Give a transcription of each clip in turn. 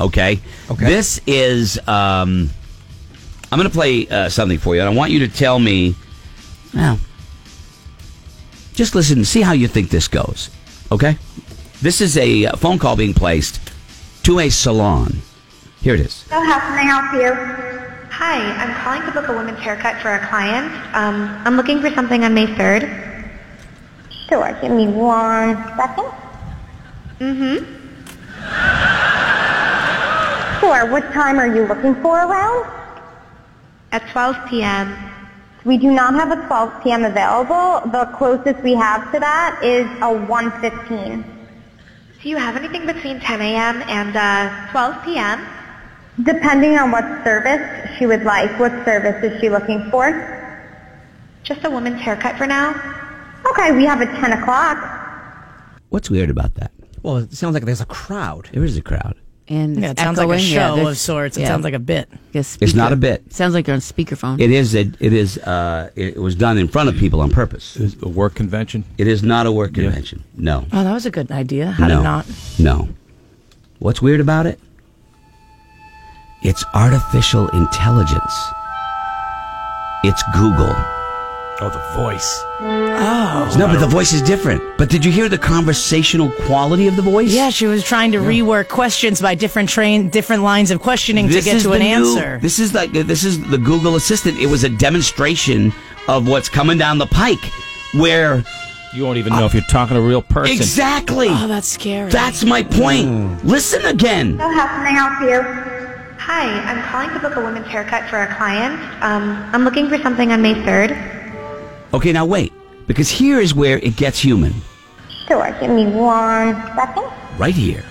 Okay. Okay. This is. Um, I'm going to play uh, something for you, and I want you to tell me. Now, just listen and see how you think this goes. Okay. This is a uh, phone call being placed to a salon. Here it is. So how can I help you? Hi, I'm calling to book a women's haircut for a client. Um, I'm looking for something on May 3rd. Sure, give me one second. Mm-hmm. Mm-hmm. Sure, what time are you looking for around? At 12 p.m. We do not have a 12 p.m. available. The closest we have to that is a 1.15. Do you have anything between 10 a.m. and uh, 12 p.m.? Depending on what service she would like, what service is she looking for? Just a woman's haircut for now? Okay, we have a 10 o'clock. What's weird about that? Well, it sounds like there's a crowd. There is a crowd. And Yeah, it it's sounds like a echoing. Yeah, show this- of sorts. It yeah. sounds like a bit. Yeah, It's not a bit. Sounds like you're on speakerphone. It is. A, it is. Uh, it was done in front of people on purpose. Is a work convention. It is not a work convention. No. Oh, that was a good idea. How no. did not? No. What's weird about it? It's artificial intelligence. It's Google. Oh, the voice. Oh. No, but the voice is different. But did you hear the conversational quality of the voice? Yeah, she was trying to rework questions by different train, different lines of questioning This to get is to an the new- answer. This is like this is the Google Assistant. It was a demonstration of what's coming down the pike, where You won't even know if you're talking to a real person. exactly. oh, that's scary. That's my point. Hmm. Listen again. So how can I help you? Hi, I'm calling to book a woman's haircut for a client. Um, I'm looking for something on May 3rd. Okay, now wait, because here is where it gets human. Sure, give me one second. right here.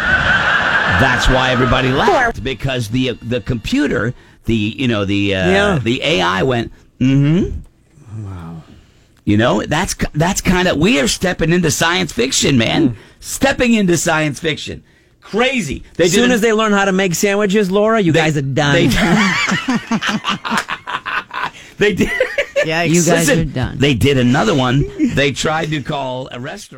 That's why everybody laughed because the the computer, the you know the uh, Yeah. the AI went, mm-hmm. Wow. You know that's k- that's kind of we are stepping into science fiction, man. Hmm. Stepping into science fiction, crazy. They As soon did as they learn how to make sandwiches, Laura, you they- guys are done. They, they did. Yikes. You guys Listen, are done. They did another one. They tried to call a restaurant.